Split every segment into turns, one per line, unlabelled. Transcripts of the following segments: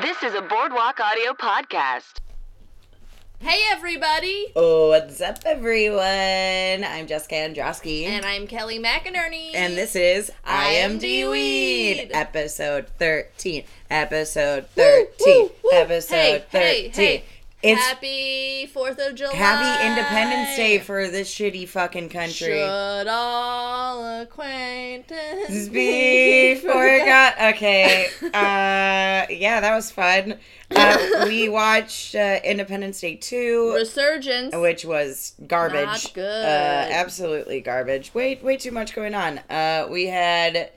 This is a Boardwalk Audio podcast.
Hey everybody!
Oh, what's up, everyone? I'm Jessica Androsky.
And I'm Kelly McInerney.
And this is
I
I
Am
Am
D
D
Weed.
Weed, episode 13. Episode
Woo,
13.
woo, woo.
Episode
Hey,
13.
hey, hey.
It's
happy 4th of July.
happy Independence Day for this shitty fucking country.
Should all acquaintances
Be forgot. Okay. Uh, yeah, that was fun. Uh, we watched uh, Independence Day 2.
Resurgence.
which was garbage.
Not good.
Uh, absolutely garbage. Way way too much going on. Uh, we had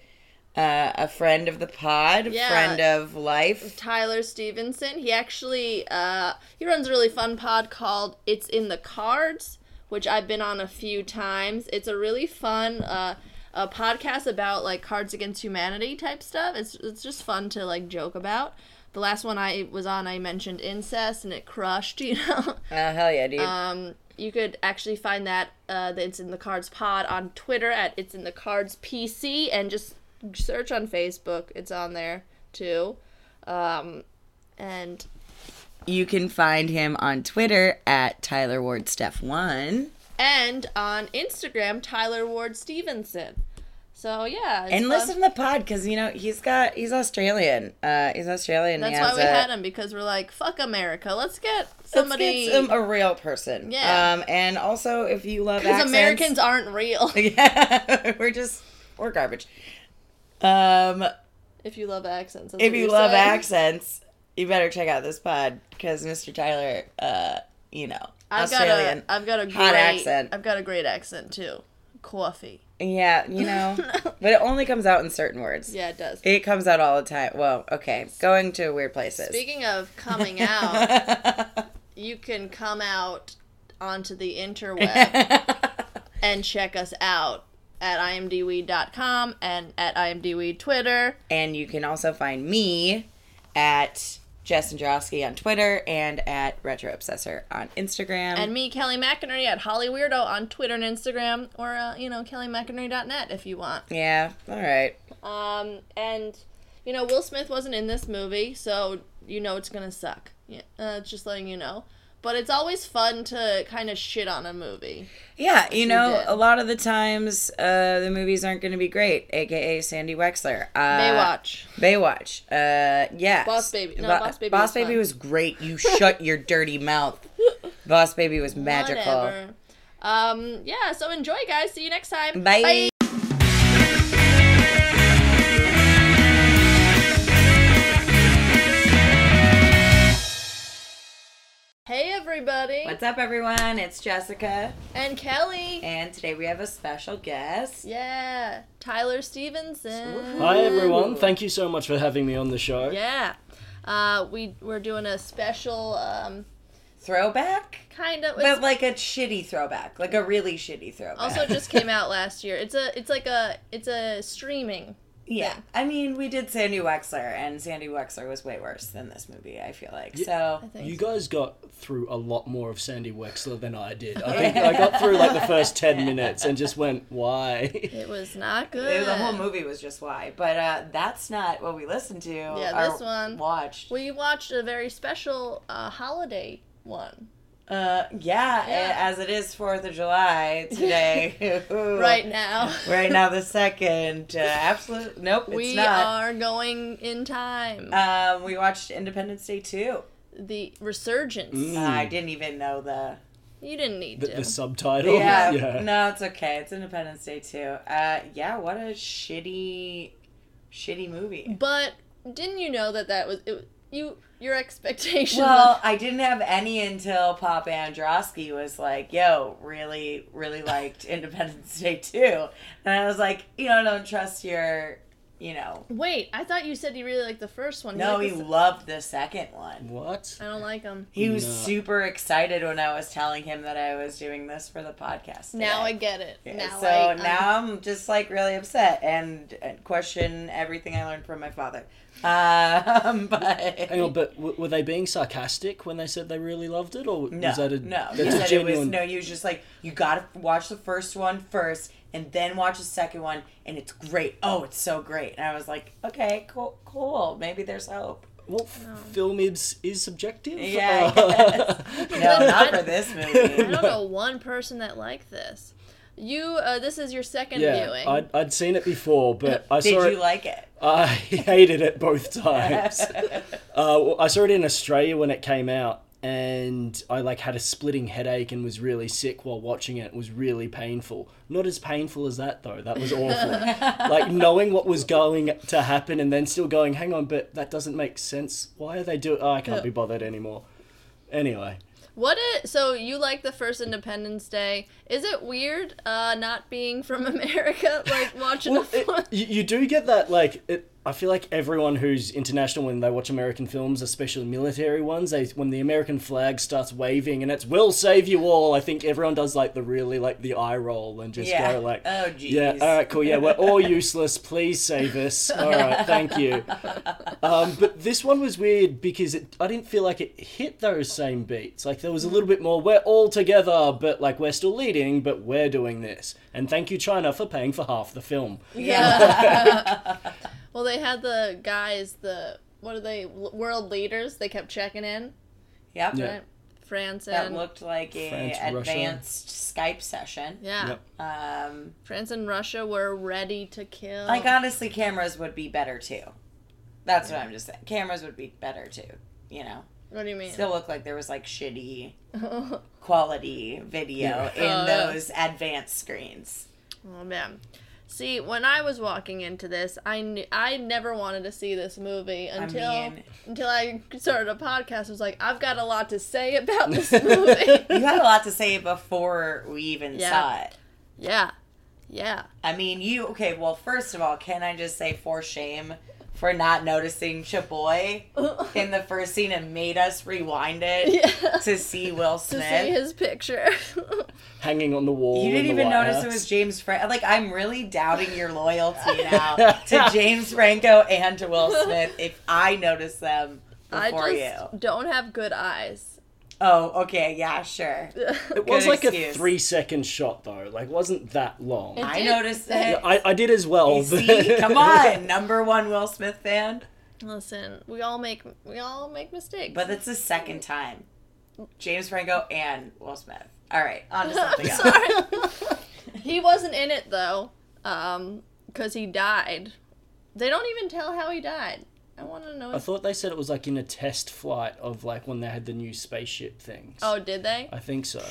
uh, a friend of the pod,
Yeah.
friend of life.
Tyler Stevenson. He actually uh, he runs a really fun pod called It's in the Cards, which I've been on a few times. It's a really fun uh, a podcast about like Cards Against Humanity type stuff. It's it's just fun to like joke about. The last one I was on, I mentioned incest and it crushed. You know.
Oh hell yeah, dude!
Um, you could actually find that uh, the It's in the Cards pod on Twitter at It's in the Cards PC, and just search on Facebook. It's on there too. Um, and
you can find him on Twitter at Tyler Ward Steph One,
and on Instagram, Tyler Ward Stevenson. So yeah, it's
and
fun.
listen to the pod because you know he's got he's Australian. Uh, he's Australian.
That's
he
why
has
we
a-
had him because we're like, fuck America. Let's get
Let's
somebody.
get some- a real person.
Yeah.
Um, and also if you love
because
accents,
Americans aren't real.
yeah, we're just we're garbage. Um,
if you love accents, that's
if
what
you
you're
love
saying.
accents, you better check out this pod because Mr. Tyler, uh, you know,
I've
Australian.
got a, I've got a great
Hot accent.
I've got a great accent too. Coffee.
yeah, you know, but it only comes out in certain words.
Yeah, it does.
It comes out all the time. Well, okay, going to weird places.
Speaking of coming out, you can come out onto the interweb and check us out at imdweed.com and at imdweed Twitter.
and you can also find me at Jess Androsky on Twitter and at Retro Obsessor on Instagram.
And me, Kelly McInerney, at Holly Weirdo on Twitter and Instagram, or, uh, you know, kellymcInerney.net if you want.
yeah, all right.
Um, and, you know, Will Smith wasn't in this movie, so you know it's gonna suck. Yeah, uh, just letting you know. But it's always fun to kind of shit on a movie.
Yeah, you know,
did.
a lot of the times uh, the movies aren't going to be great, aka Sandy Wexler. Uh,
Baywatch.
Baywatch. Uh, yeah.
Boss Baby- no, Boss Baby was
Boss Baby
fun.
was great. You shut your dirty mouth. Boss Baby was magical.
Whatever. Um, yeah, so enjoy, guys. See you next time.
Bye.
Hey, everybody.
What's up, everyone? It's Jessica,
And Kelly.
and today we have a special guest.
Yeah, Tyler Stevenson.
Hi everyone, thank you so much for having me on the show.
Yeah. Uh, we, we're doing a special, um,
Throwback,
kind of.
but like a shitty throwback, like a really shitty throwback.
also it just came out last year. It's a, it's like a, it's a streaming.
yeah. I mean, we did Sandy Wexler, and Sandy Wexler was way worse than this movie. I feel like so.
I think.
You guys got through a lot more of Sandy Wexler than I did. I think I got through like the first 10 minutes and just went, why?
it was not good.
It- the whole movie was just why, but uh, that's not what we listened to.
Yeah, this
or
one.
watched.
We watched a very special uh, holiday one
Uh, yeah,
Yeah.
as it is Fourth of July today.
right now.
right now, the second. Uh, absolute. Nope, it's
we
not.
are going in time.
Um, we watched Independence Day too.
the resurgence.
Uh, I didn't even know the.
You didn't need
The,
to.
the subtitle.
Yeah, no, it's okay. It's Independence Day too. Uh, yeah, what a shitty, shitty movie.
but didn't you know that that was it, you? Your expectation.
Well, I didn't have any until Papa Androsky was like, "Yo, really, really liked Independence Day too," and I was like, "You know, I don't trust your, you know."
wait, I thought you said you really liked the first one.
No,
He's
he
like, "This-
loved the second one.
What?
I don't like him.
He was
No.
super excited when I was telling him that I was doing this for the podcast.
Now I
today.
get it. Now
so
I, um,
now I'm just like really upset and, and question everything I learned from my father. Um, but
Hang on, but w- were they being sarcastic when they said they really loved it? Or
No,
was that a,
no.
that's
He
a
said it was
genuine...
no. He was just like, you gotta watch the first one first, and then watch the second one, and it's great. Oh, it's so great. And I was like, okay, cool, cool. Maybe there's hope.
well, film is is subjective.
Yeah,
Uh,
No, not for this
I
movie.
don't know one person that liked this. You, uh, this is your second
yeah.
viewing.
I'd, I'd seen it before, but I
Did
saw
you
it.
like it?
I hated it both times. uh, well, I saw it in Australia when it came out, and I like had a splitting headache and was really sick while watching it. It was really painful. Not as painful as that though. That was awful. like knowing what was going to happen and then still going, "Hang on, but that doesn't make sense. Why are they doing? Oh, I can't be bothered anymore." Anyway,
What is so you like the first Independence Day? Is it weird uh, not being from America, like watching a
well, it-
film?
you, you do get that like it, I feel like everyone who's international when they watch American films, especially military ones, they when the American flag starts waving and it's "We'll save you all," I think everyone does like the really like the eye roll and just
Yeah.
go like,
Oh,
yeah,
jeez.
all right, cool, yeah, we're all useless. Please save us. All right, thank you." Um, but this one was weird because it, I didn't feel like it hit those same beats. Like there was a little bit more. We're all together, but like we're still leading, but we're doing this. And thank you, China, for paying for half the film.
well, they had the guys, the what are they, l- world leaders? They kept checking in,
Yep.
Yeah.
right? France
That
and
looked like a
France, Russia.
advanced Skype session.
yeah,
Yep.
Um,
France and Russia were ready to kill.
Like honestly, cameras would be better too. That's what I'm just saying. Cameras would be better too. You know,
What do you mean?
still look like there was like shitty quality video
Oh,
in
yeah.
those advanced screens.
Oh man. See, when I was walking into this, I knew I never wanted to see this movie until
mean-
until I started a podcast. I was like, I've got a lot to say about this movie.
You had a lot to say before we even
Yeah.
saw it.
yeah, yeah.
I mean, you okay? Well, first of all, can I just say for shame for not noticing Chaboy in the first scene and made us rewind it
Yeah.
to see Will
to
Smith.
see his picture.
hanging on the wall.
You didn't
in the
even
White
notice it
House.
was James Franco. Like, I'm really doubting your loyalty now to James Franco and to Will Smith if I notice them
I
before
just
you.
don't have good eyes.
Oh, okay. Yeah, sure.
It was
Good
like a
excuse.
three second shot though. Like wasn't that long.
It-
I,
I
did-
noticed it.
I, did as well. but-
See? Come on. Number one Will Smith fan.
Listen, we all make we all make mistakes.
But that's the second time. James Franco and Will Smith. All right. On to something else.
Sorry. he wasn't in it though, um, because he died. They don't even tell how he died. I want to know.
I
if-
thought they said it was like in a test flight of like when they had the new spaceship things.
oh, did they?
I think so.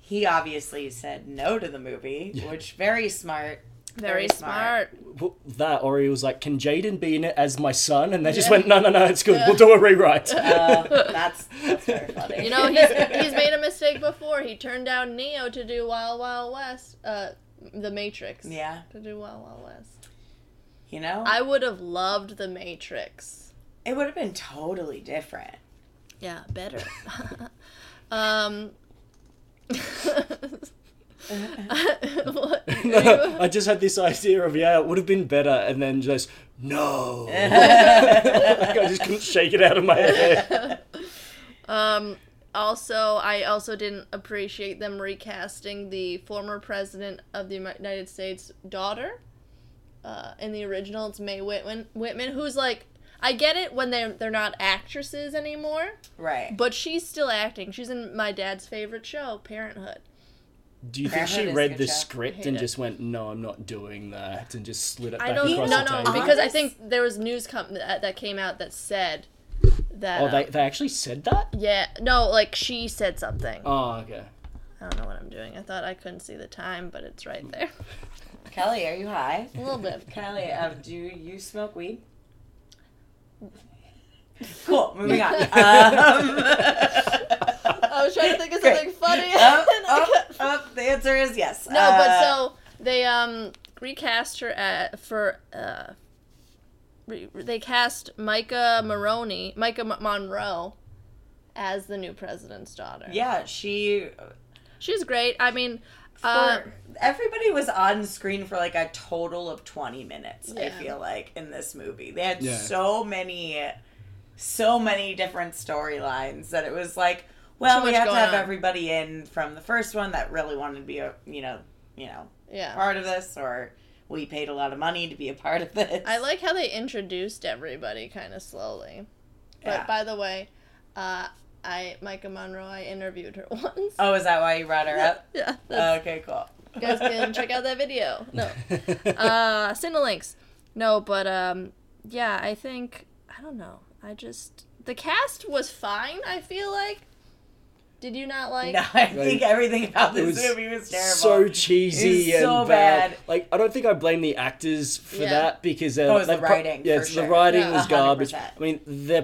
He obviously said no to the movie, which very smart.
Very smart.
Well, That or he was like, "Can Jaden be in it as my son?" And they just went, "No, no, no, it's good. We'll do a rewrite."
Uh, that's, that's very funny.
You know, he's he's made a mistake before. He turned down Neo to do Wild Wild West, uh, The Matrix.
Yeah.
To do Wild Wild West.
You know?
I would have loved The Matrix.
It would have been totally different.
Yeah, better. um. What-
no, I just had this idea of yeah, it would have been better, and then just no. like, I just couldn't shake it out of my head.
Um, also, I also didn't appreciate them recasting the former president of the United States' daughter. Uh, in the original, it's Mae Whitman, Whitman, who's like, I get it when they're they're not actresses anymore,
Right.
but she's still acting. She's in my dad's favorite show, Parenthood.
Do you think she
Parenthood is
read
good
the
show.
script
Hate
and
it.
just went, "No, I'm not doing that," and just slid it back
I don't
across
no
the
no
table?
because I think there was news com- that, that came out that said that
Oh,
uh,
they, they actually said that?
yeah no like she said something.
Oh, okay.
I don't know what I'm doing. I thought I couldn't see the time, but it's right there.
Kelly, are you high?
A little bit.
Kelly, um, do you smoke weed? Cool. Moving on. Um,
I was trying to think of
Great.
something funny.
up,
and I
up,
got-
up. The answer is yes. Uh,
no, but so they um recast her at for uh re, they cast Micah Maroney, Micah M- Monroe as the new president's daughter.
yeah, she.
She's great. I mean, uh
everybody was on screen for like a total of twenty minutes. I
Yeah.
feel like in this movie, they had
Yeah.
so many, so many different storylines that it was like, well,
Too
we
much
have to
going
have
on.
everybody in from the first one that really wanted to be a, you know, you know,
yeah.
part of this, or we paid a lot of money to be a part of this.
I like how they introduced everybody kind of slowly.
Yeah.
But by the way, uh, I Micah Monroe, I interviewed her once.
Oh, is that why you brought her up? Oh,
Yeah, that's,
Okay, cool.
you guys can check out that video. No, uh, send the links. No, but um, yeah, I think I don't know. I just the cast was fine. I feel like. Did you not like?
No, I think everything about
It
this
was
movie was terrible.
so cheesy
It was
and
so
bad.
bad.
Like I don't think I blame the actors for
Yeah.
that because they're,
Oh, it was
they're
the
pro-
writing,
yeah,
for
it's the
sure.
writing
Yeah.
was garbage.
100%.
I mean, their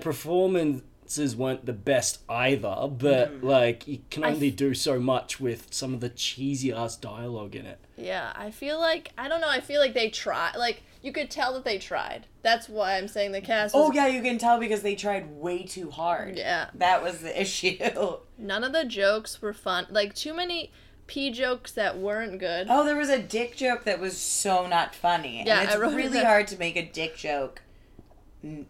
performances weren't the best either, but like you can
I
only
f-
do so much with some of the cheesy ass dialogue in it.
Yeah, I feel like I don't know. I feel like they tried. Like you could tell that they tried. That's why I'm saying the cast. Was,
Oh yeah, you can tell because they tried way too hard.
Yeah.
That was the issue. Oh,
None of the jokes were fun. Like too many p jokes that weren't good.
Oh, there was a dick joke that was so not funny.
Yeah,
and it's
I wrote
really
that-
hard to make a dick joke n-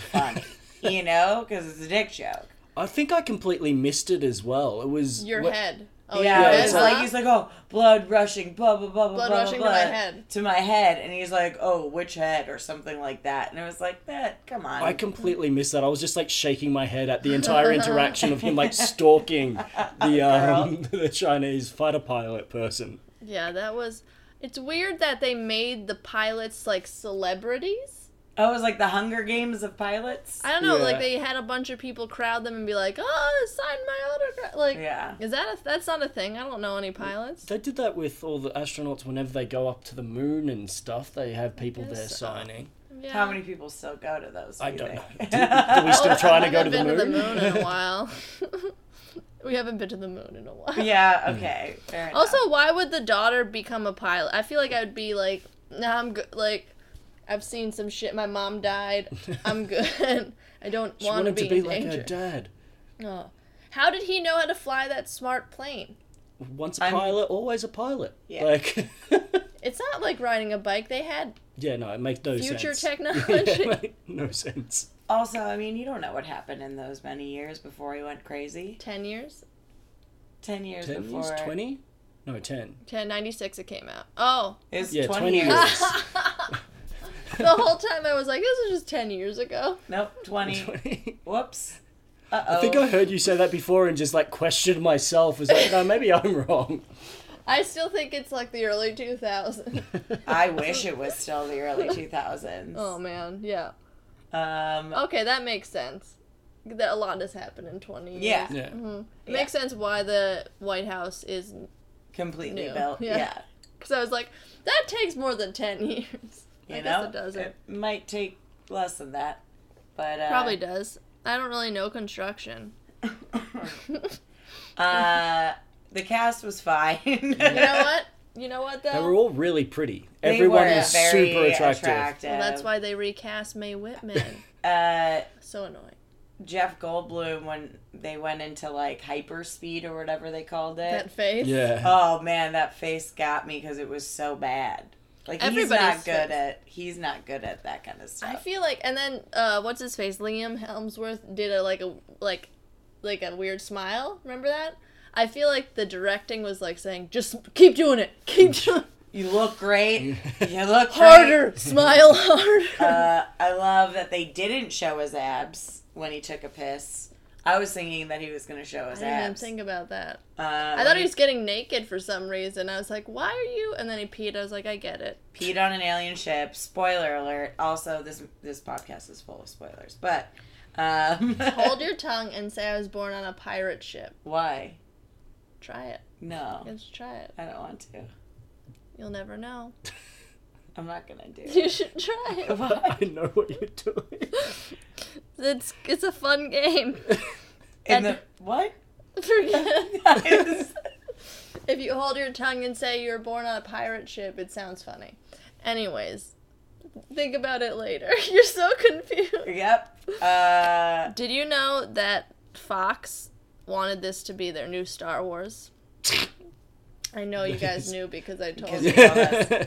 funny. you know, because it's a dick joke.
I think I completely missed it as well. It was
your
what-
head. Oh,
yeah,
your
Yeah,
head,
it's
huh?
like he's like, oh, blood rushing, blah blah blah blah.
Blood
blah,
rushing to
blah,
my
blah,
head.
To my head, and he's like, oh, which head, or something like that. And it was like, that. Come on.
I completely missed that. I was just like shaking my head at the entire interaction of him like stalking the um, the Chinese fighter pilot person.
yeah, that was. It's weird that they made the pilots like celebrities.
oh, it was like the Hunger Games of pilots.
I don't know.
Yeah.
Like they had a bunch of people crowd them and be like, "Oh, sign my autograph." Like,
Yeah.
is that a? That's not a thing. I don't know any pilots.
They did that with all the astronauts whenever they go up to the moon and stuff. They have people there
guess so.
signing.
Yeah.
How many people still go to those?
I
you
don't know.
think?
Do, do we still
Oh,
trying to
we
go to
haven't
the moon?
been to the moon in a while. we haven't been to the moon in a while.
Mm.
yeah. Okay. Fair enough.
Also, why would the daughter become a pilot? I feel like I would be like, nah, I'm good. Like, I've seen some shit. My mom died. I'm good. I don't
she
want to
wanted
be,
to be
in
like her
danger.
dad.
No. How did he know how to fly that smart plane?
Once a
I'm-
pilot, always a pilot.
Yeah.
Like,
It's not like riding a bike. They had
yeah, no, it makes no
Future
sense.
technology.
yeah, make no sense.
Also, I mean, you don't know what happened in those many years before he went crazy.
10 years.
Ten years
Ten
before.
years, twenty? No, ten.
10, 96 it came out. Oh.
It's
Yeah,
20,
20
years.
years.
The whole time I was like, this was just 10 years ago.
nope, 20.
Twenty.
Whoops. Uh oh.
I think I heard you say that before and just like questioned myself. Was like, no, maybe I'm wrong.
I still think it's like the early 2000s.
wish it was still the early 2000s.
oh, man. Yeah.
Um,
Okay, that makes sense. That a lot has happened in 20 years. Mm-hmm.
Yeah.
Yeah.
It makes sense why the White House is.
Completely
New.
built.
Yeah.
Yeah.
Because I was like, that takes more than 10 years.
You
I
know?
guess it doesn't.
might take less than that. But, uh,
Probably does. I don't really know construction.
uh, the cast was fine. you
You know what? You know what, though?
They were all really pretty.
They
Everyone
were
was
very
super attractive.
Well, that's why they recast Mae Whitman.
Uh,
so annoying.
Jeff Goldblum, when they went into like hyperspeed or whatever they called it,
That face.
Yeah.
Oh man, that face got me because it was so bad. Like he's
Everybody's
not good
face.
at he's not good at that kind of stuff.
I feel like, and then uh, what's his face? Liam Helmsworth did a like a like like a weird smile. Remember that? I feel like the directing was like saying, "Just keep doing it, keep doing
you look great. you look
harder,
great.
smile harder."
Uh, I love that they didn't show his abs when he took a piss. I was thinking that he was going to show
I
his
didn't even
abs.
think about that.
Uh,
I thought he was getting naked for some reason. I was like, "Why are you?" And then he peed. I was like, "I get it."
peed on an alien ship. Spoiler alert. Also, this this podcast is full of spoilers. But um,
Hold your tongue and say I was born on a pirate ship.
why?
Try it.
No,
Let's try it.
I don't want to.
You'll never know.
I'm not going to do it.
You should try it.
Why?
I know what you're doing.
It's it's a fun game.
In the, what?
Forget. if you hold your tongue and say you were born on a pirate ship, it sounds funny. Anyways, think about it later. You're so confused.
Yep. Uh,
Did you know that Fox wanted this to be their new Star Wars? I know you guys knew because I told you,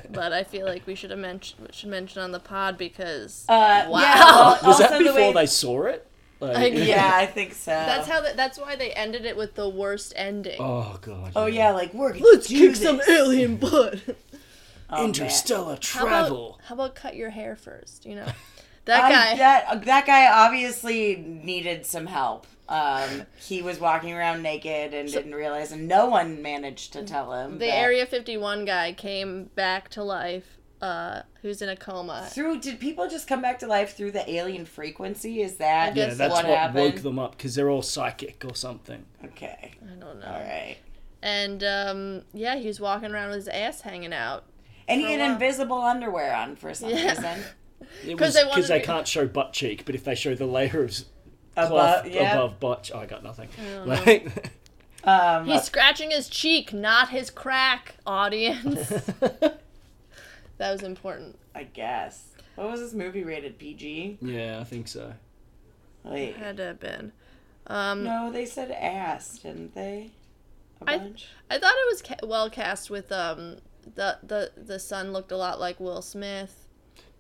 but I feel like we should have mentioned should mention on the pod because
uh,
Wow.
Yeah, well,
Was
Was
also
that
the
before
way-
they saw it? Like,
I-
Yeah, I think so.
that's how the, that's why they ended it with the worst ending.
Oh god.
Oh yeah, like we're gonna
Let's
do
kick
this.
some alien butt.
Oh, man.
Interstellar
How
travel.
about, how about cut your hair first? You know, That
I-
guy.
that uh, that guy obviously needed some help. Um, he was walking around naked and didn't realize, and no one managed to tell him.
the
that-
Area 51 guy came back to life, uh, who's in a coma.
through did people just come back to life through the alien frequency? Is that
guess
Yeah, that's what,
what happened?
woke them up because they're all psychic or something.
okay,
I don't know.
all right.
And um, yeah, he was walking around with his ass hanging out.
And he
For a
had
while.
invisible underwear on for some
Yeah.
reason.
It
'Cause
was
they wanted
because they,
to-
can't show butt cheek, but if they show the layer of s- cloth
Above, yeah.
above butt, oh, I got nothing. Like,
Um,
He's scratching his cheek, not his crack, audience. that was important.
I guess. What was this movie rated PG?
yeah, I think so.
Wait,
Had to have been. Um,
no, they said ass, didn't they? A
I-
bunch.
I thought it was ca- well cast with um the the the son looked a lot like Will Smith.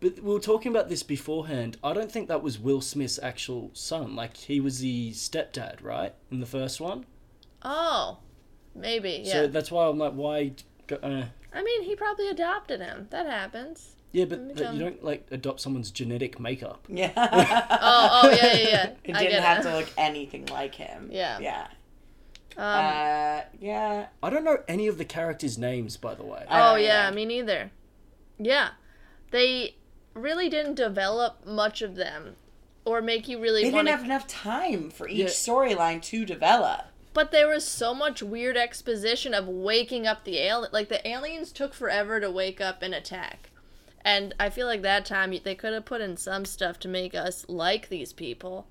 But we were talking about this beforehand. I don't think that was Will Smith's actual son. Like he was the stepdad, right, in the first one.
Oh, maybe yeah.
So that's why I'm like, why? go- Uh,
I mean, he probably adopted him. That happens.
yeah, but
Mm,
that you
um,
don't like adopt someone's genetic makeup.
yeah.
Oh, oh yeah, yeah, yeah.
It
I
didn't
get
have
it.
to look anything like him.
Yeah.
Yeah.
Um,
Uh, yeah. Uh,
I don't know any of the characters' names, by the way.
I
oh
don't
yeah,
know.
me neither. Yeah, they really didn't develop much of them, or make you really
They
want
didn't
to.
have enough time for each
Yeah.
storyline to develop.
But there was so much weird exposition of waking up the alien. Like the aliens took forever to wake up and attack, and I feel like that time you- they could have put in some stuff to make us like these people.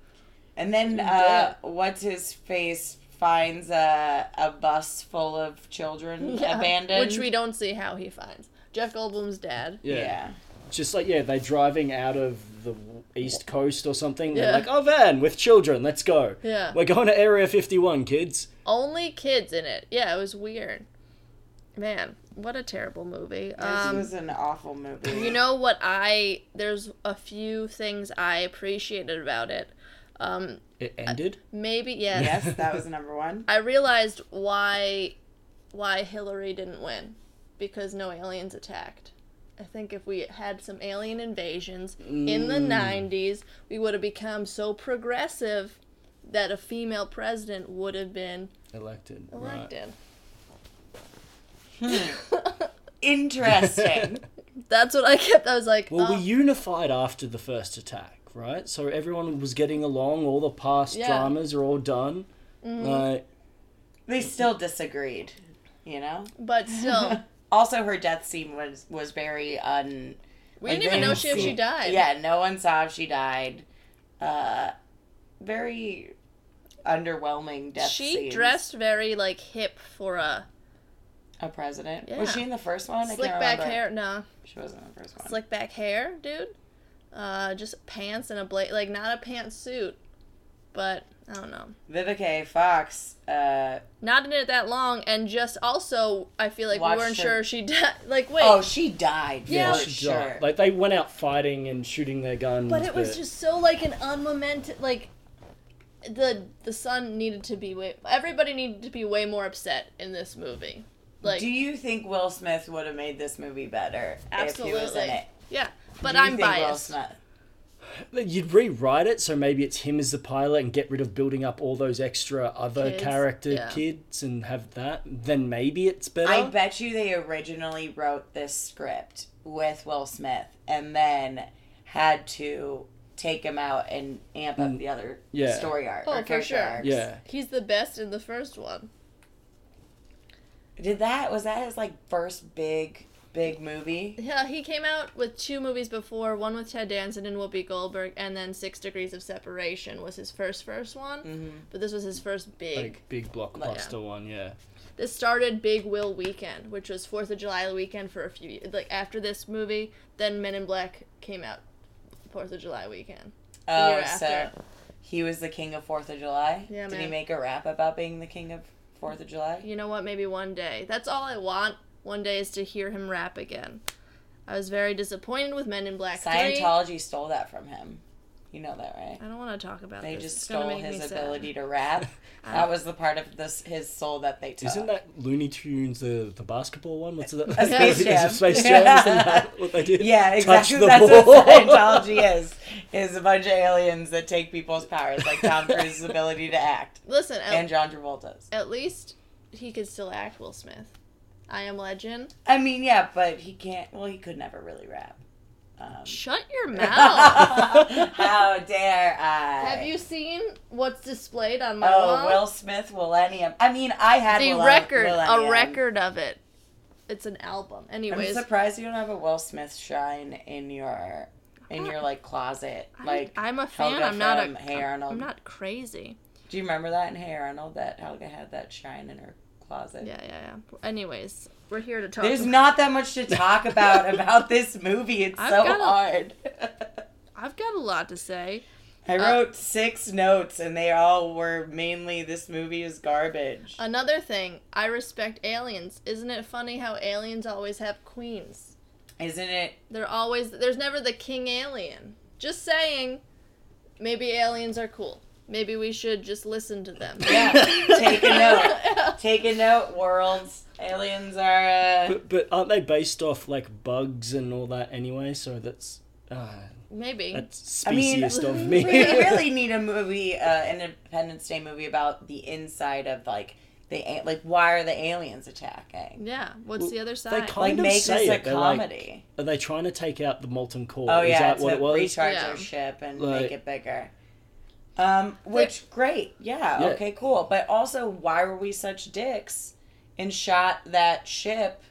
And then uh, what's his face finds a a bus full of children abandoned.
which we don't see how he finds Jeff Goldblum's dad.
Yeah.
yeah.
Just like yeah, they're driving out of the east coast or something.
Yeah.
They're like, oh van with children, let's go.
Yeah.
We're going to Area 51, kids.
Only kids in it. Yeah, it was weird. Man, what a terrible movie. Um,
this was an awful movie.
You know what I? There's a few things I appreciated about it. Um,
It ended.
maybe yes.
yes, that was number one.
I realized why why Hillary didn't win because no aliens attacked. I think if we had some alien invasions in the 90s, we would have become so progressive that a female president would have been
Elected. right.
elected.
Interesting.
That's what I kept. I was like,
Well,
oh.
we unified after the first attack, right? So everyone was getting along. All the past
Yeah. Mm-hmm.
dramas are all done. Like,
they still disagreed. You know.
but still,
Also, her death scene was was very un.
we didn't even know she if she died.
Yeah, no one saw if she died. Uh, very underwhelming death.
she
scenes.
dressed very like hip for a
a president.
Yeah.
Was she in the first one? I
slick
can't
back
remember.
hair. No,
She wasn't in the first one.
slick back hair, dude. Uh, just pants and a bla like not a pantsuit, but I don't know.
Vivica A. Fox. Uh,
Not in it that long, and just also I feel like
Watched
we weren't
her-
sure she died. Like wait,
oh, she died.
Yeah,
for
she
sure.
died. Like they went out fighting and shooting their guns.
but it was just so like an unmomented like. The the son needed to be way everybody needed to be way more upset in this movie. Like
Do you think Will Smith would have made this movie better if he was in
Absolutely.
it?
yeah, but
Do you
I'm
think Will
biased.
Smith-
you'd rewrite it so maybe it's him as the pilot and get rid of building up all those extra other
Kids,
character
yeah.
kids and have that. Then maybe it's better.
I bet you they originally wrote this script with Will Smith and then had to take him out and amp up the other
Mm. yeah.
story arc.
Oh,
or
for
character
sure.
arcs.
yeah.
He's the best in the first one.
Did that was that his like first big big movie?
Yeah, he came out with two movies before, one with Ted Danson and Whoopi Goldberg, and then Six Degrees of Separation was his first first one.
Mm-hmm.
But this was his first big.
Like big blockbuster one, yeah.
This started Big Will Weekend, which was Fourth of July weekend for a few years. Like after this movie, then Men in Black came out Fourth of July weekend.
Oh,
year
so
after.
he was the king of Fourth of July.
Yeah,
Did he
man.
make a rap about being the king of Fourth of July?
You know what? Maybe one day. That's all I want. One day is to hear him rap again. I was very disappointed with Men in Black. 3.
Scientology stole that from him. You know that, right?
I don't want to talk about
They
this.
just
It's gonna
stole
make me
his
sad.
ability to rap. that was the part of this his soul that they took.
Isn't that Looney Tunes the the basketball one? What's that?
Space
Is it
Jam.
Space Jam? Isn't that what they did?
Yeah,
Touch
exactly.
the
That's
ball.
what Scientology is. is a bunch of aliens that take people's powers, like Tom Cruise's ability to act
Listen, at,
and John Travolta's.
at least he could still act Will Smith. I am legend.
I mean, yeah, but he can't. Well, he could never really rap. Um,
Shut your mouth.
How dare I?
Have you seen what's displayed on my
Oh,
wall?
Will Smith, Millennium. I mean, I had
the
Will-
record,
Millennium.
a record of it. It's an album.
I'm
Anyways,
surprised you don't have a Will Smith shrine in your in your like closet. Like
I, am a fan.
Helga
I'm not
from
a.
Hey
am
Arnold.
not crazy.
Do you remember that in Hey Arnold that Helga had that shrine in her closet?
Yeah, yeah, yeah. Anyways, we're here to talk.
There's not that much to talk about about this movie. It's
I've
so
got a-
hard.
I've got a lot to say.
I wrote six notes and they all were mainly this movie is garbage.
Another thing, I respect aliens. Isn't it funny how aliens always have queens?
Isn't it?
They're always there's never the king alien. Just saying, maybe aliens are cool. Maybe we should just listen to them.
Yeah. Take a note. Take a note, worlds. Aliens are. Uh...
But, but aren't they based off like bugs and all that anyway? So that's uh,
Maybe.
that's
I mean,
speciest of me.
We really need a movie, uh, an Independence Day movie about the inside of like the a- like why are the aliens attacking?
yeah. What's the other
they
side?
kind
Like
of
make
say
this a
it. They're like-
comedy.
Are they trying to take out the molten core?
oh
Is
yeah,
that
it's
what
a
it was?
recharge
Yeah.
our ship and
Like-
make it bigger. Um, which great, yeah,
Yeah.
okay, cool. But also, why were we such dicks and shot that ship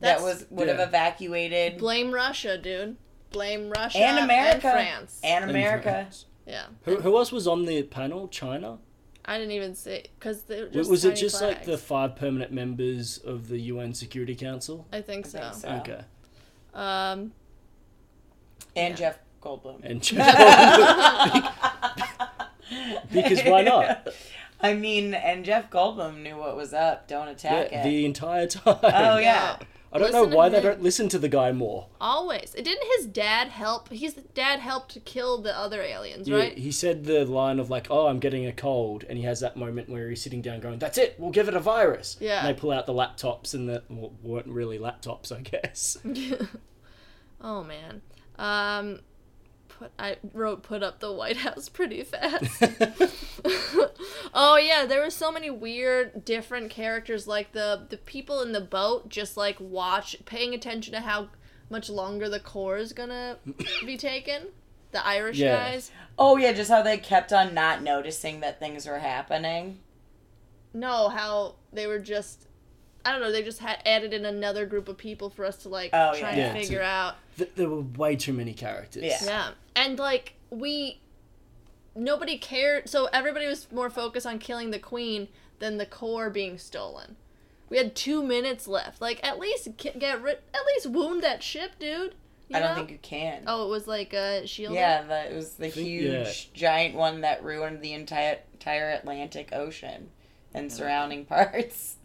That's-
that was would
Yeah.
have evacuated
Blame Russia, dude. Blame Russia
and America
France.
and America?
Influence.
yeah.
Who, who else was on the panel? China?
I didn't even see because
Was, was it just like the five permanent members of the UN Security Council?
I think so.
I think so.
Okay.
Um, Yeah.
And Jeff Goldblum.
And China. because why not?
I mean, and Jeff Goldblum knew what was up. Don't attack
Yeah,
it.
the entire time.
oh yeah.
I don't
Listen
know
to
why they
him.
don't listen to the guy more.
Always. It Didn't his dad help? His dad helped to kill the other aliens,
Yeah,
right?
he said the line of like, "Oh, I'm getting a cold," and he has that moment where he's sitting down, going, "That's it, we'll give it a virus."
Yeah.
And they pull out the laptops, and that well, weren't really laptops, I guess.
Oh man. Um, put I wrote put up the White House pretty fast. oh yeah, there were so many weird, different characters. Like the the people in the boat just like watch, paying attention to how much longer the core is gonna be taken. The Irish
Yeah.
guys.
Oh yeah, just how they kept on not noticing that things were happening.
No, how they were just. I don't know. They just had added in another group of people for us to like
Oh, yeah.
try
Yeah,
and
to-
figure out.
Th- there were way too many characters.
Yeah.
Yeah. And like we nobody cared so everybody was more focused on killing the queen than the core being stolen. We had 2 minutes left. Like at least ki- get rid at least wound that ship, dude. You
I don't
know?
think you can.
Oh, it was like a shield.
Yeah, the, it was the
think-
huge giant one that ruined the entire entire Atlantic Ocean and surrounding parts.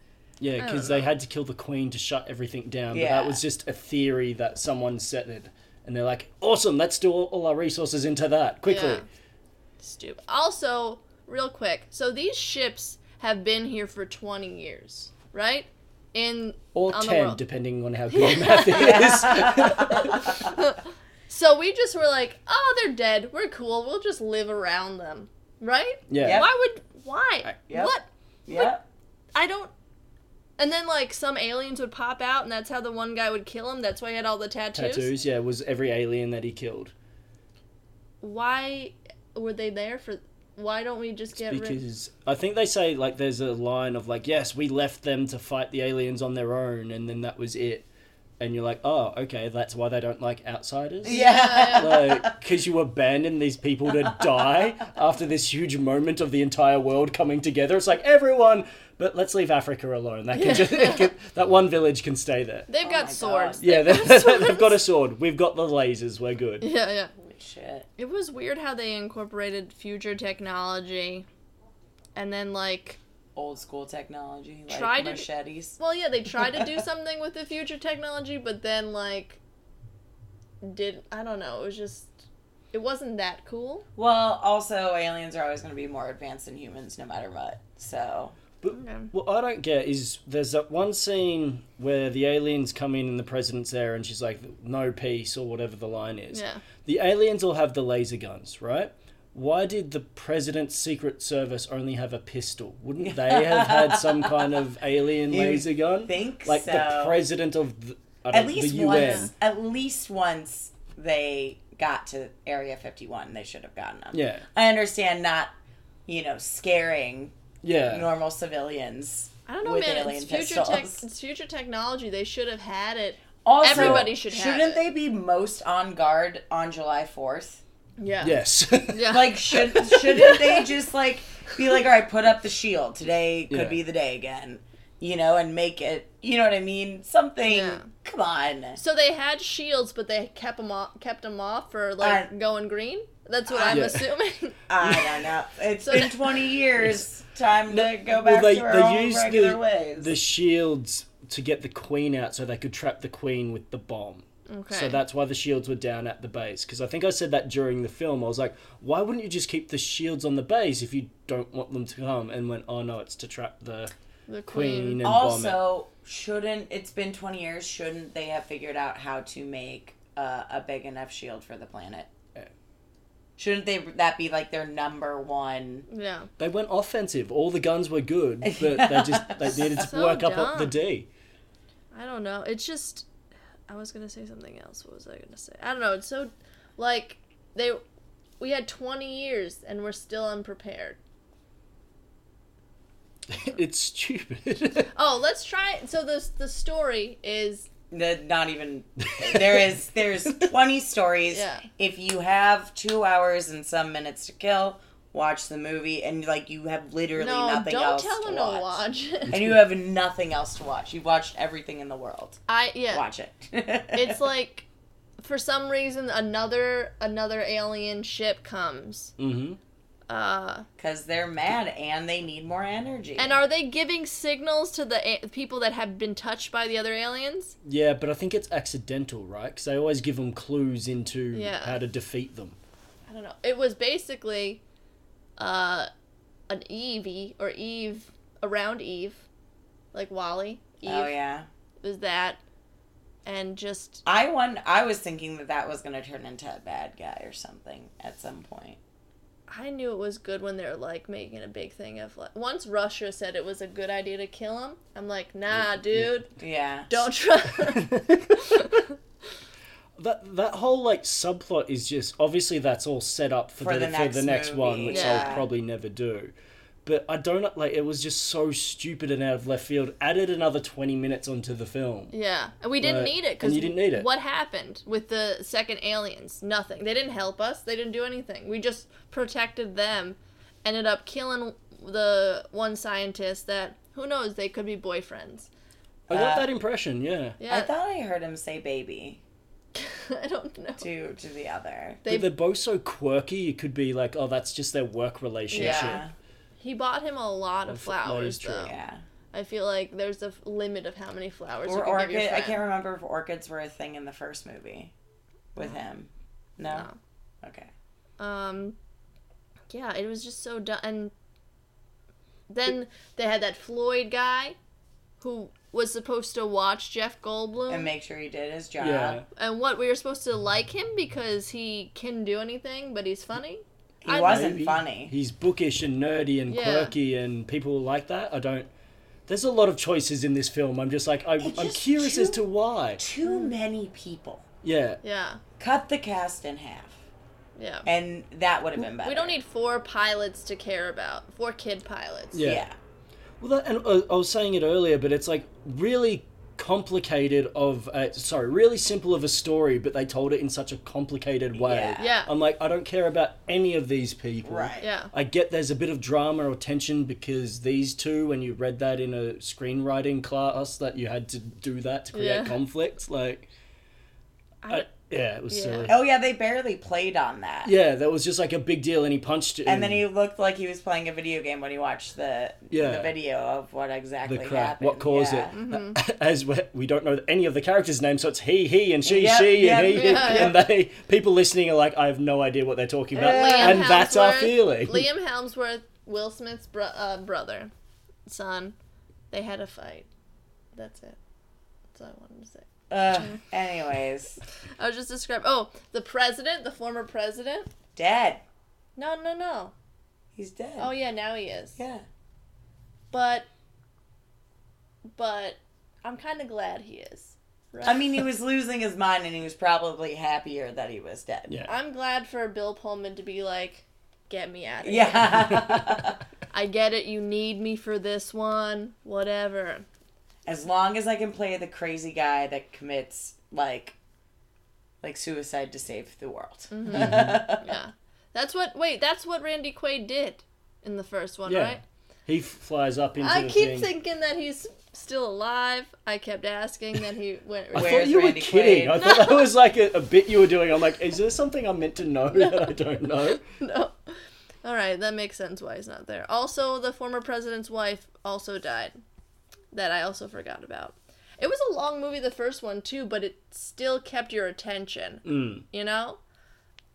Yeah,
don't
because they had to kill the queen to shut everything down. But
Yeah.
that was just a theory that someone set it. And they're like, awesome, let's do all, all our resources into that quickly.
Yeah. Stupid. Also, real quick. So these ships have been here for 20 years, right? In
Or
on the
10,
world.
depending on how good your math is.
so we just were like, "Oh, they're dead. We're cool. We'll just live around them." Right?
yeah.
Why would why?
yep.
What?
Yep.
I don't. And then like some aliens would pop out, and that's how the one guy would kill him. That's why he had all the tattoos.
Tattoos, yeah, was every alien that he killed.
Why were they there for? Why don't we just get rid?
Because I think they say, like, there's a line of, like, yes, we left them to fight the aliens on their own, and then that was it. And you're like, oh, okay, that's why they don't like outsiders?
Yeah.
Like, because you abandon these people to die after this huge moment of the entire world coming together. It's like everyone, but let's leave Africa alone. That can just that one village can stay there.
They've
Oh
got
my
swords.
God.
Yeah, they, they've got a sword. We've got the lasers. We're good.
Yeah, yeah.
Holy shit.
It was weird how they incorporated future technology, and then like
Old school technology, like
Try to-
machetes.
Well, yeah, they tried to do something with the future technology, but then like did I don't know. It was just it wasn't that cool.
Well, also aliens are always going to be more advanced than humans, no matter what. So
But what I don't get is there's that one scene where the aliens come in and the president's there and she's like, no peace or whatever the line is.
Yeah.
The aliens all have the laser guns, right? Why did the president's secret service only have a pistol? Wouldn't they have had some kind of alien
You
laser gun?
think
like the
so.
president of the, I don't,
At least
the UN.
once. At least once they got to Area 51, they should have gotten them.
Yeah,
I understand not, you know, scaring
yeah.
normal civilians.
I don't know,
with
man.
alien
It's future,
pistols.
tech, it's future technology. They should have had it.
Also,
Everybody should have
Shouldn't
it.
they be most on guard on July 4th?
Yeah.
Yes.
Yeah.
Like, should shouldn't they just like be like, all right, put up the shield. Today could
Yeah.
be the day again, you know, and make it. You know what I mean? Something.
Yeah.
Come on.
So they had shields, but they kept them off, kept 'em off for like
Uh,
going green. That's what I'm
Yeah.
assuming.
I don't know. It's
So
been
that-
20 years. Time to go
well,
back
they,
to our
they
own
used
regular
the,
ways.
the shields to get the queen out so they could trap the queen with the bomb.
Okay.
So that's why the shields were down at the base. Because I think I said that during the film. I was like, why wouldn't you just keep the shields on the base if you don't want them to come? And went, oh no, it's to trap the
the queen.
queen and bomb
also, shouldn't it's been 20 years? Shouldn't they have figured out how to make uh, a big enough shield for the planet?
Yeah.
Shouldn't they that be like their number one?
Yeah.
it. They went offensive. All the guns were good, but they just they needed to
So
work up the
dumb.
D.
I don't know. It's just I was gonna say something else. What was I gonna say? I don't know. It's so like they we had 20 years and we're still unprepared.
it's stupid.
Oh, let's try. So the the story is
The, not even there is there's 20 stories.
Yeah.
If you have two hours and some minutes to kill, watch the movie and like you have literally
no.
nothing
Don't
else
tell
to
them
watch.
to watch.
And you have nothing else to watch. You've watched everything in the world.
I yeah.
Watch it.
It's like for some reason another another alien ship comes.
hmm
Uh,
because they're mad and they need more energy.
and are they giving signals to the a- people that have been touched by the other aliens?
Yeah, but I think it's accidental, right? Because they always give them clues into
Yeah.
how to defeat them.
I don't know. It was basically uh an Evie or Eve around Eve. Like Wally. Eve
oh yeah.
was that. And just
I won. I was thinking that that was going to turn into a bad guy or something at some point.
I knew it was good when they were like making a big thing of like once Russia said it was a good idea to kill him, I'm like, nah,
Mm-hmm.
dude,
Yeah.
don't try
That that whole like subplot is just obviously that's all set up for,
For
the,
the
for the
next
next one,
movie,
which
yeah.
I'll probably never do. But I don't like it was just so stupid and out of left field. Added another twenty minutes onto the film.
Yeah, and we didn't
Right.
need it
And you didn't need it.
What happened with the second aliens? Nothing. They didn't help us. They didn't do anything. We just protected them. Ended up killing the one scientist that who knows they could be boyfriends.
I got
Uh,
that impression, yeah.
Yeah,
I thought I heard him say "baby"
I don't know.
to to the other.
They
but they're both so quirky. It could be like, oh, that's just their work relationship.
Yeah.
he bought him a lot of
Of flowers,
flowers
true.
though.
Yeah.
I feel like there's a f- limit of how many flowers you
Or
can give your
orchid. I
friend.
can't remember if orchids were a thing in the first movie with him. No. Okay.
um yeah it was just so dumb and then they had that floyd guy who was supposed to watch jeff goldblum
And
and,
make sure he did his job.
Yeah.
what we were supposed to like him because he can do anything but he's funny
He
I-
wasn't
Maybe.
funny.
He's bookish and nerdy and
Yeah.
quirky, and people like that. I don't. There's a lot of choices in this film. I'm just like, I, I'm
just
curious as
too-
to why.
Too many people.
Yeah.
yeah
Cut the cast in half,
yeah
and that would have been better.
we don't need four pilots to care about four kid pilots
Yeah.
yeah.
Well, that, and uh, I was saying it earlier, but it's like really complicated of a, sorry, really simple of a story, but they told it in such a complicated way.
Yeah.
Yeah.
I'm like, I don't care about any of these people.
Right.
yeah
I get there's a bit of drama or tension because these two, when you read that in a screenwriting class, that you had to do that to
Yeah.
create conflict. Like, I, yeah, it was
Yeah.
silly.
Oh yeah, they barely played on that.
Yeah, that was just like a big deal, and he punched it.
And then he looked like he was playing a video game when he watched the
Yeah.
the video of what exactly
the crap.
happened.
What caused
Yeah. mm-hmm.
it? Uh, As we, we don't know any of the characters' names, so it's he, he, and she,
Yep,
she,
yep, Uh,
and he, he,
yeah.
and they. People listening are like, I have no idea what they're talking about,
Liam
and that's our
Hemsworth-
feeling.
liam helmsworth will smith's bro- uh, brother son. They had a fight. That's it. That's all I wanted to say.
Ugh. Anyways,
I was just describing. Oh, the president, the former president.
dead.
No, no, no.
He's dead.
Oh yeah, now he is.
yeah.
But, but, I'm kind of glad he is. Right?
I mean, he was losing his mind, and he was probably happier that he was dead.
Yeah.
I'm glad for Bill Pullman to be like, get me out of here.
Yeah.
I get it. You need me for this one. Whatever.
as long as I can play the crazy guy that commits like, like suicide to save the world.
Yeah. That's what. Wait, that's what Randy Quaid did in the first one,
Yeah.
right?
He f- flies up into
I
the
keep
thing.
thinking that he's still alive. I kept asking that he went.
I
Where's
thought you
Randy
were kidding.
Quaid?
I thought that was like a, a bit you were doing. I'm like, is there something I'm meant to know that I don't know?
no. All right, that makes sense why he's not there. Also, the former president's wife also died. That I also forgot about. It was a long movie, the first one, too, but it still kept your attention.
Mm.
You know?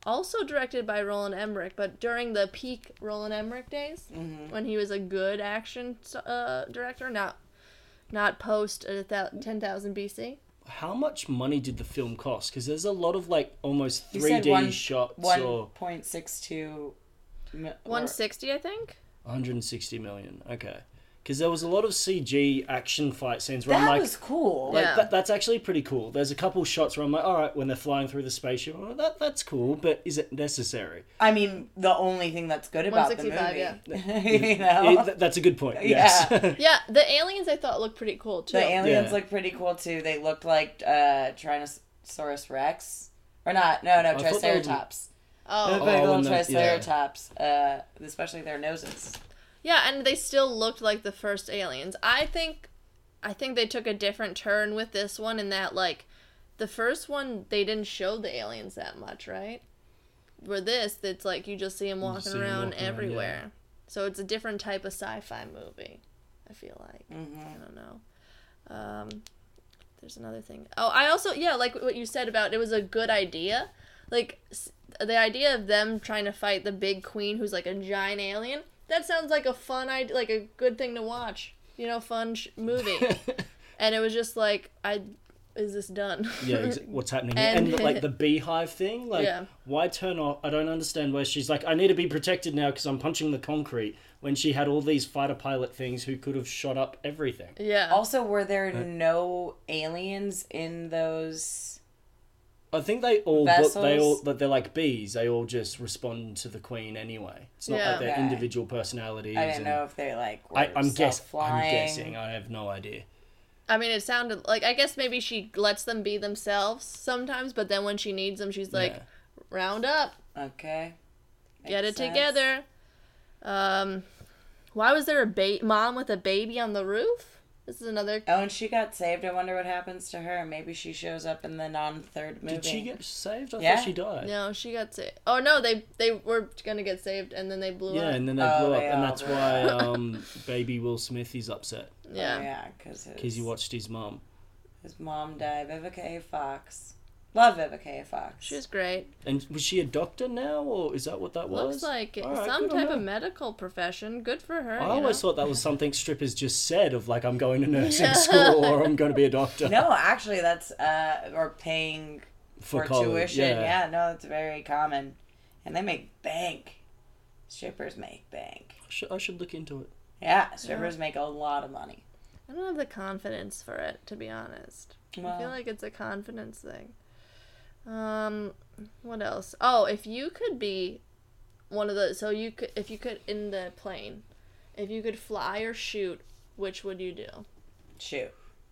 Also directed by Roland Emmerich, but during the peak Roland Emmerich days, when he was a good action uh, director, not not post a thou- 10,000 BC.
How much money did the film cost? Because there's a lot of like almost
You
3D
said one-
shots
One
or
point six two.
160, I think?
160 million. Okay. Because there was a lot of CG action fight scenes where
That
I'm like,
was cool.
like
Yeah.
that, that's actually pretty cool. There's a couple shots where I'm like, all right, when they're flying through the spaceship, oh, that that's cool, but is it necessary?
I mean, the only thing that's good about the movie.
165,
you know?
It- th- that's a good point. Yes.
Yeah, the aliens I thought looked pretty cool, too.
The aliens
Yeah.
look pretty cool too. They looked like uh Tyrannosaurus Rex. Or not, no, no,
thought they were-
Triceratops.
oh.
The big
Oh,
old
and the- yeah.
Triceratops, uh, especially their noses.
Yeah, and they still looked like the first aliens. I think I think they took a different turn with this one in that like the first one they didn't show the aliens that much, right? Where this it's like you just see them walking
see 'em
around
walking around,
everywhere. So it's a different type of sci-fi movie, I feel like. I don't know. Um there's another thing. Oh, I also yeah, like what you said about it was a good idea. Like s- the idea of them trying to fight the big queen who's like a giant alien. That sounds like a fun idea, like a good thing to watch. You know, fun sh- movie. and it was just like I is this done?
yeah, ex- what's happening
And-
and, and like the beehive thing like
Yeah.
why turn off i don't understand where she's like i need to be protected now because i'm punching the concrete when she had all these fighter pilot things who could have shot up everything
yeah.
Also, were there no aliens in those?
i think they all but they all
Vessels.
that they're like bees they all just respond to the queen anyway it's not
Yeah.
like their
Okay.
individual personalities
I didn't
and-
know if they like were
I, I'm, guess, I'm
self-flying.
guessing i have no idea
I mean, it sounded like I guess maybe she lets them be themselves sometimes, but then when she needs them, she's like,
Yeah.
round up,
Okay.
get it
Makes sense.
together. Um, why was there a ba- mom with a baby on the roof? This is another.
Oh, and she got saved. I wonder what happens to her. Maybe she shows up in the non-third movie.
did she get saved i
Yeah.
thought she died
No, she got saved. Oh no, they they were gonna get saved, and then they blew
yeah
up.
and then they
Oh,
blew up
they
and
all
that's
blew
why um, baby will smith is upset
yeah.
Oh, yeah, because
because he watched his mum
His mom died. Vivica A. Fox. Love Vivica A. Fox.
she was great.
And was she a doctor now, or is that what that was?
Looks like it.
All right,
some
good on
type
her.
of medical profession. Good for her.
I
you
always
know?
thought that was something strippers just said of like I'm going to nursing school or I'm going to be a doctor
no, actually, that's uh, or paying for,
college.
tuition. yeah, no, that's very common, and they make bank. Strippers make bank.
I, should, I should look into it.
Yeah, strippers make a lot of money.
I don't have the confidence for it, to be honest. I feel
Well.
like it's a confidence thing. Um, what else? Oh, if you could be one of the so you could if you could in the plane, if you could fly or shoot, which would you do?
Shoot,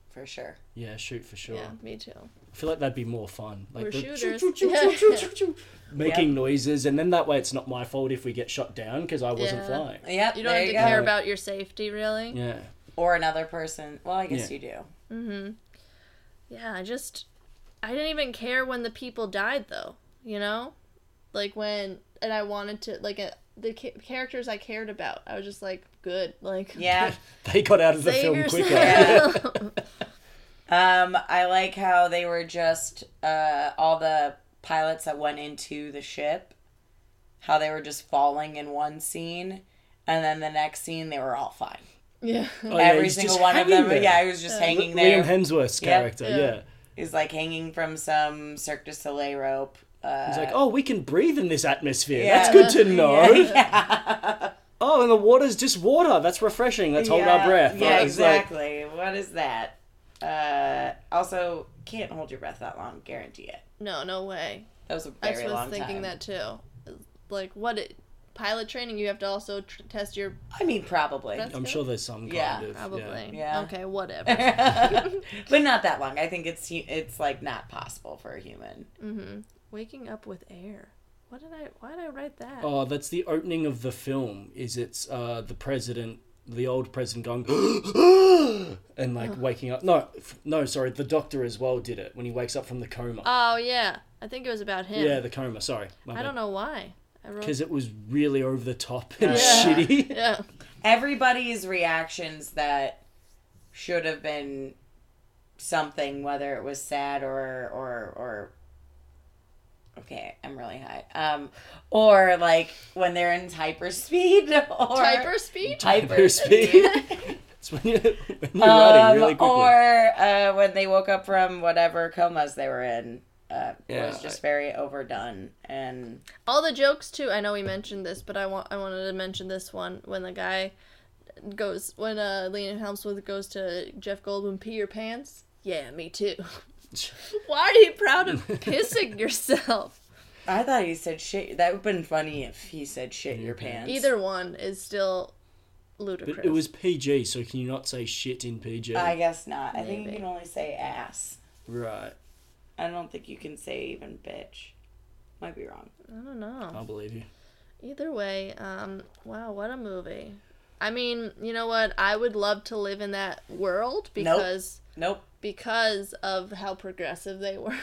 for sure.
Yeah, shoot for sure.
Yeah, me too.
I feel like that'd be more fun. Like
We're
the
shooters.
choo, choo, choo,
Yeah.
choo, choo, choo, choo, making noises, and then that way it's not my fault if we get shot down because I wasn't
Yeah.
flying.
Yep,
You don't
there
have to
you go.
care about your safety, really.
Yeah,
Or another person. Well, I guess
Yeah.
you do.
Yeah, I just I didn't even care when the people died though, you know? Like when and I wanted to like uh, the ca- characters I cared about. I was just like good, like
Yeah.
they got out of the
save
film
yourself.
quicker.
Um, I like how they were just uh, all the pilots that went into the ship, how they were just falling in one scene, and then the next scene they were all fine.
Yeah.
Oh, yeah,
Every
he's
single
just
one of
hanging
them.
there.
Yeah, he was just hanging
Liam
there.
Hemsworth's
Yeah.
character,
Yeah.
yeah.
He's like hanging from some Cirque du Soleil rope. Uh,
He's like, oh, we can breathe in this atmosphere.
Yeah.
That's good to know.
yeah,
Oh, and the water's just water. That's refreshing. Let's hold our breath.
Yeah,
It's like-
exactly. what is that? Uh, also, can't hold your breath that long. Guarantee it.
No, no way.
That was a
I
very
was
long
thinking
time.
that too. Like what it, pilot training you have to also tr- test your
I mean, probably.
That's-
I'm sure there's some kind
Yeah,
of.
probably.
Yeah.
Okay, whatever.
but not that long. I think it's hu- it's like not possible for a human.
Waking up with air. What did I? Why did I write that?
Oh, that's the opening of the film. Is it's uh, the president, the old president, going and like waking up. No, f- no, sorry. The doctor as well did it when he wakes up from the coma.
Oh yeah, I think it was about him.
yeah, the coma. Sorry,
I don't know why. I wrote.
because it was really over the top and
Yeah.
shitty.
Yeah.
Everybody's reactions that should have been something, whether it was sad or or or. Okay, I'm really high. Um, or like when they're in hyperspeed or
Typer speech.
hyper
Speed. it's when you when you're
Um,
running really quickly.
or uh, when they woke up from whatever comas they were in. Uh, It was
Yeah.
just very overdone. And
All the jokes too. I know we mentioned this, but I want I wanted to mention this one when the guy goes when uh Liam Helmsworth goes to Jeff Goldblum, pee your pants. Yeah, me too. why are you proud of pissing yourself?
I thought he said shit. That would have been funny if he said shit in your pants.
Either one is still ludicrous.
But it was PG, so can you not say shit in PG?
I guess not. I think you
Maybe.
can only say ass.
Right,
I don't think you can say even bitch. Might be wrong.
I don't know.
I believe you.
Either way, um, wow, what a movie. I mean, you know what? I would love to live in that world because
Nope.
because of how progressive they were.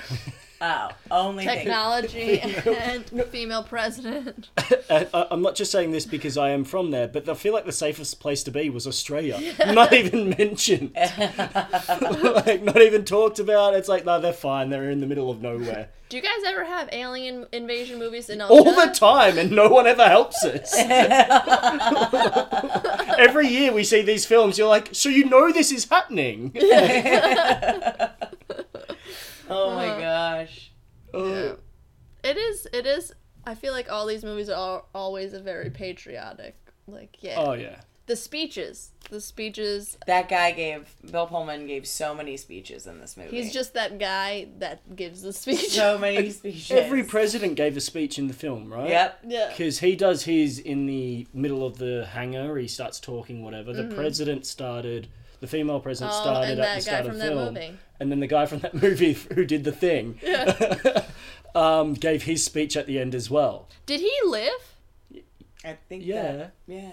Oh, only thing.
Technology and female president.
And Uh, I- I'm not just saying this because I am from there, but I feel like the safest place to be was Australia. Not even mentioned. like, not even talked about. It's like, no, they're fine. They're in the middle of nowhere.
Do you guys ever have alien invasion movies in
All the time, and no one ever helps us. Every year we see these films, you're like, so you know this is happening.
Oh my gosh.
Uh,
It is it is I feel like all these movies are al- always a very patriotic like yeah.
oh, yeah.
The speeches. The speeches
That guy gave, Bill Pullman gave so many speeches in this movie.
he's just that guy that gives the speech.
so many speeches.
Every president gave a speech in the film, right?
Yep.
yeah.
Because he does his in the middle of the hangar, he starts talking, whatever. The president started, the female president
Mm-hmm. Oh,
started
and
at
that
the
guy
start of
from
the
that
film.
movie.
And then the guy from that movie who did the thing um, gave his speech at the end as well.
Did he live?
I think
Yeah.
that- yeah.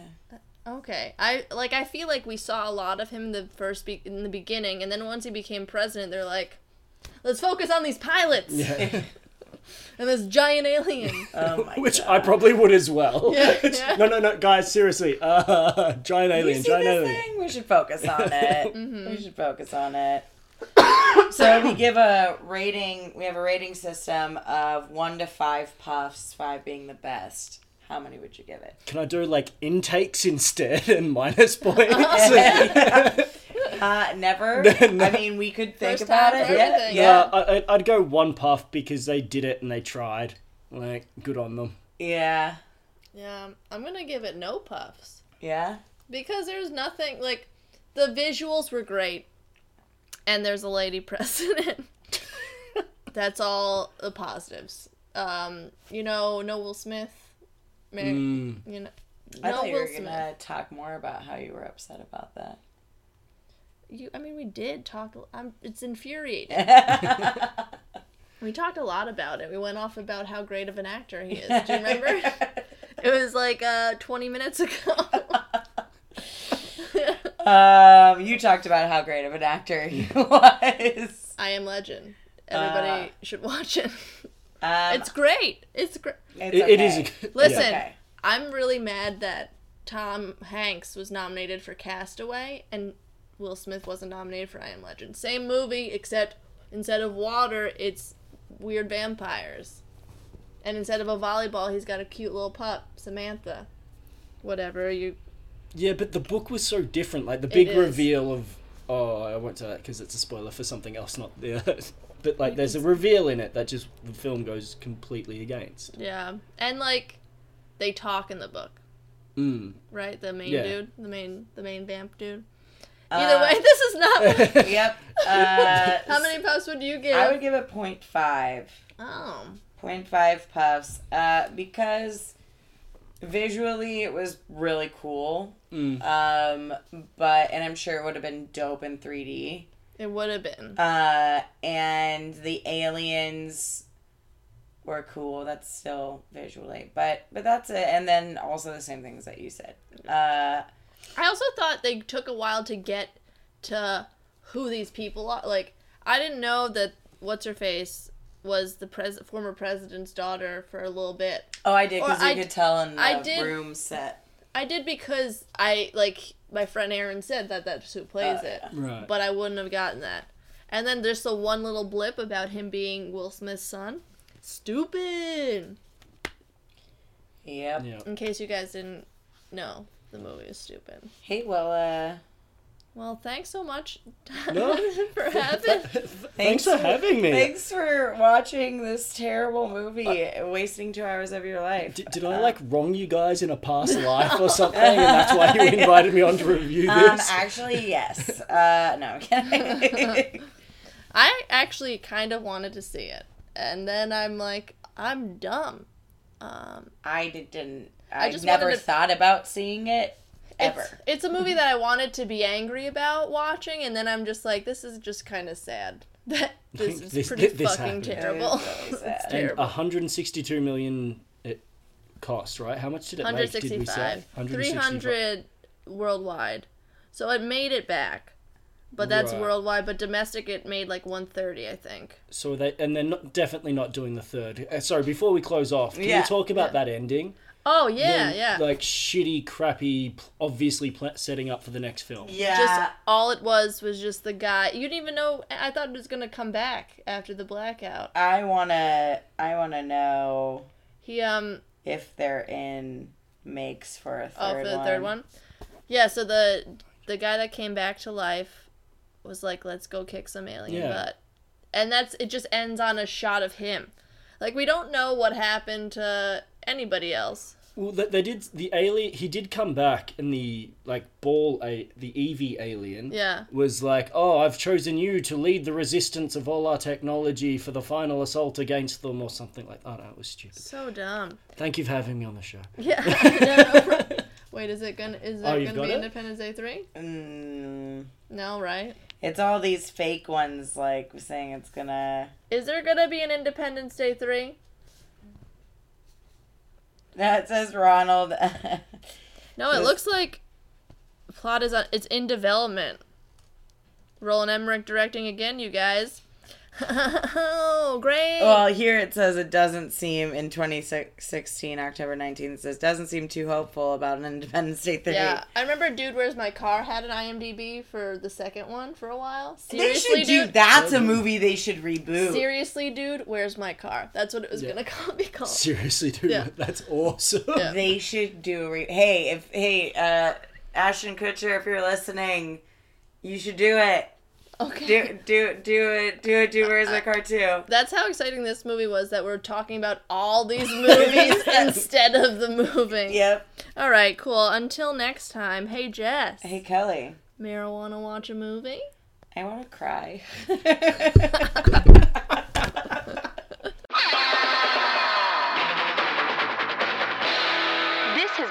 Okay, I like. I feel like we saw a lot of him in the first be- in the beginning, and then once he became president, they're like, "Let's focus on these pilots
Yeah.
and this giant alien."
Oh my
Which I probably would as well.
Yeah, yeah.
no, no, no, guys, seriously. Uh, giant
You
alien,
see
giant
this
alien.
thing? We should focus on it. We should focus on it. so we give a rating. We have a rating system of one to five puffs, five being the best. How many would you give it?
Can I do like intakes instead and minus points?
Uh, never. I mean, we could think
First
about
time
it.
for
Yeah,
everything.
yeah,
Uh, I, I'd- I'd go one puff because they did it and they tried. Like, good on them.
yeah,
yeah, I'm gonna give it no puffs
yeah.
because there's nothing like the visuals were great, and there's a lady president. That's all the positives. Um, you know, no Will Smith. Mary, You know,
I
no
thought you were
Will
gonna
Smith.
talk more about how you were upset about that.
You, I mean, we did talk. I'm, it's infuriating. we talked a lot about it. We went off about how great of an actor he is. Do you remember? it was like uh, 20 minutes ago.
Um, you talked about how great of an actor he was.
I Am Legend.
Uh.
Everybody should watch it.
Um,
It's great. It's great.
it's
It, it is. A,
okay.
yeah.
Listen,
okay.
I'm really mad that Tom Hanks was nominated for Castaway and Will Smith wasn't nominated for I Am Legend. Same movie, except instead of water, it's weird vampires. And instead of a volleyball, he's got a cute little pup, Samantha. Whatever you
Yeah, but the book was so different. Like the big
is.
reveal of oh, I won't say that because it's a spoiler for something else, not the. but like, there's a reveal in it that just the film goes completely against.
Yeah, and like they talk in the book,
Mm.
right? The main
Yeah.
dude, the main the main vamp dude.
Uh,
Either way, this is not.
Yep. Uh,
How many puffs would you give?
I would give it 0.5.
Oh,
0.5 puffs uh, because visually it was really cool.
Mm.
Um, but, and I'm sure it would have been dope in 3D.
it would have been.
Uh, and the aliens were cool. That's still visually, but but that's it. And then also the same things that you said. Uh,
I also thought they took a while to get to who these people are. Like, I didn't know that what's her face was the pres- former president's daughter for a little bit.
oh, I did because
Or
you
I
could
d-
tell in the
I did-
room set.
I did because I like my friend Aaron said that that's who plays
Oh,
it,
yeah.
Right.
but I wouldn't have gotten that. And then there's the one little blip about him being Will Smith's son. Stupid.
Yep.
yeah.
In case you guys didn't know, the movie is stupid.
Hey, well, uh,
Well, thanks so much
No.
for having.
Thanks for having me.
Thanks for watching this terrible movie, and wasting two hours of your life.
D- did I like wrong you guys in a past life or something, and that's why you invited me on to review
um,
this?
actually, yes. Uh, no, I'm kidding.
I actually kind of wanted to see it, and then I'm like, I'm dumb. Um,
I didn't. I,
just
never
wanted to-
thought about seeing it ever.
It's, it's a movie that I wanted to be angry about watching, and then I'm just like, this is just kind of sad. That this is
This-
pretty
thi- this
fucking
happened.
terrible.
That is really
it's
sad.
and uh,
terrible.
162 million it cost, right? How much did it make? Did we say
165. 300 worldwide. So it made it back. But that's
Right.
worldwide, but domestic it made like 130, I think.
So they and they're not, definitely not doing the third. Uh, sorry, before we close off, can
Yeah.
we talk about that ending?
Oh, yeah,
The,
yeah.
Like shitty, crappy, pl- obviously pl- setting up for the next film.
yeah.
just all it was was just the guy. You didn't even know. I thought it was gonna come back after the blackout.
I wanna I wanna know
He um
if they're in makes for a third
oh for the
one.
third one, yeah. So the the guy that came back to life was like, let's go kick some alien
Yeah.
butt, and that's it. Just ends on a shot of him. Like we don't know what happened to anybody else.
Well, they, they did the alien. He did come back, and the like ball, a the Eevee alien.
Yeah.
Was like, oh, I've chosen you to lead the resistance of all our technology for the final assault against them, or something like that. Oh, that was stupid.
So dumb.
Thank you for having me on the show.
Yeah. I know. Wait, is it gonna is that
Oh, you've
gonna
got
be
it?
Independence Day three?
Mm,
No, right?
it's all these fake ones like saying it's gonna
Is there gonna be an Independence Day three?
that says Ronald
No, it
This-
looks like plot is on. It's in development. Roland Emmerich directing again, you guys. oh, great!
Well, here it says it doesn't seem in 2016 October 19th it says doesn't seem too hopeful about an Independence Day three.
yeah, I remember Dude Where's My Car had an IMDb for the second one for a while.
They
Seriously,
should do
dude.
that's a movie they should reboot.
Seriously, dude, where's my car? That's what it was
Yeah.
gonna call, be called.
Seriously, dude,
Yeah.
that's awesome.
Yeah.
They should do. A re- hey, if hey, uh, Ashton Kutcher, if you're listening, you should do it.
okay.
Do do do it. Do it. Do where's the car too?
That's how exciting this movie was that we're talking about all these movies instead of the movie.
Yep.
All right, cool. Until next time. Hey, Jess.
Hey Kelly,
Marijuana watch a movie?
I want to cry.
This has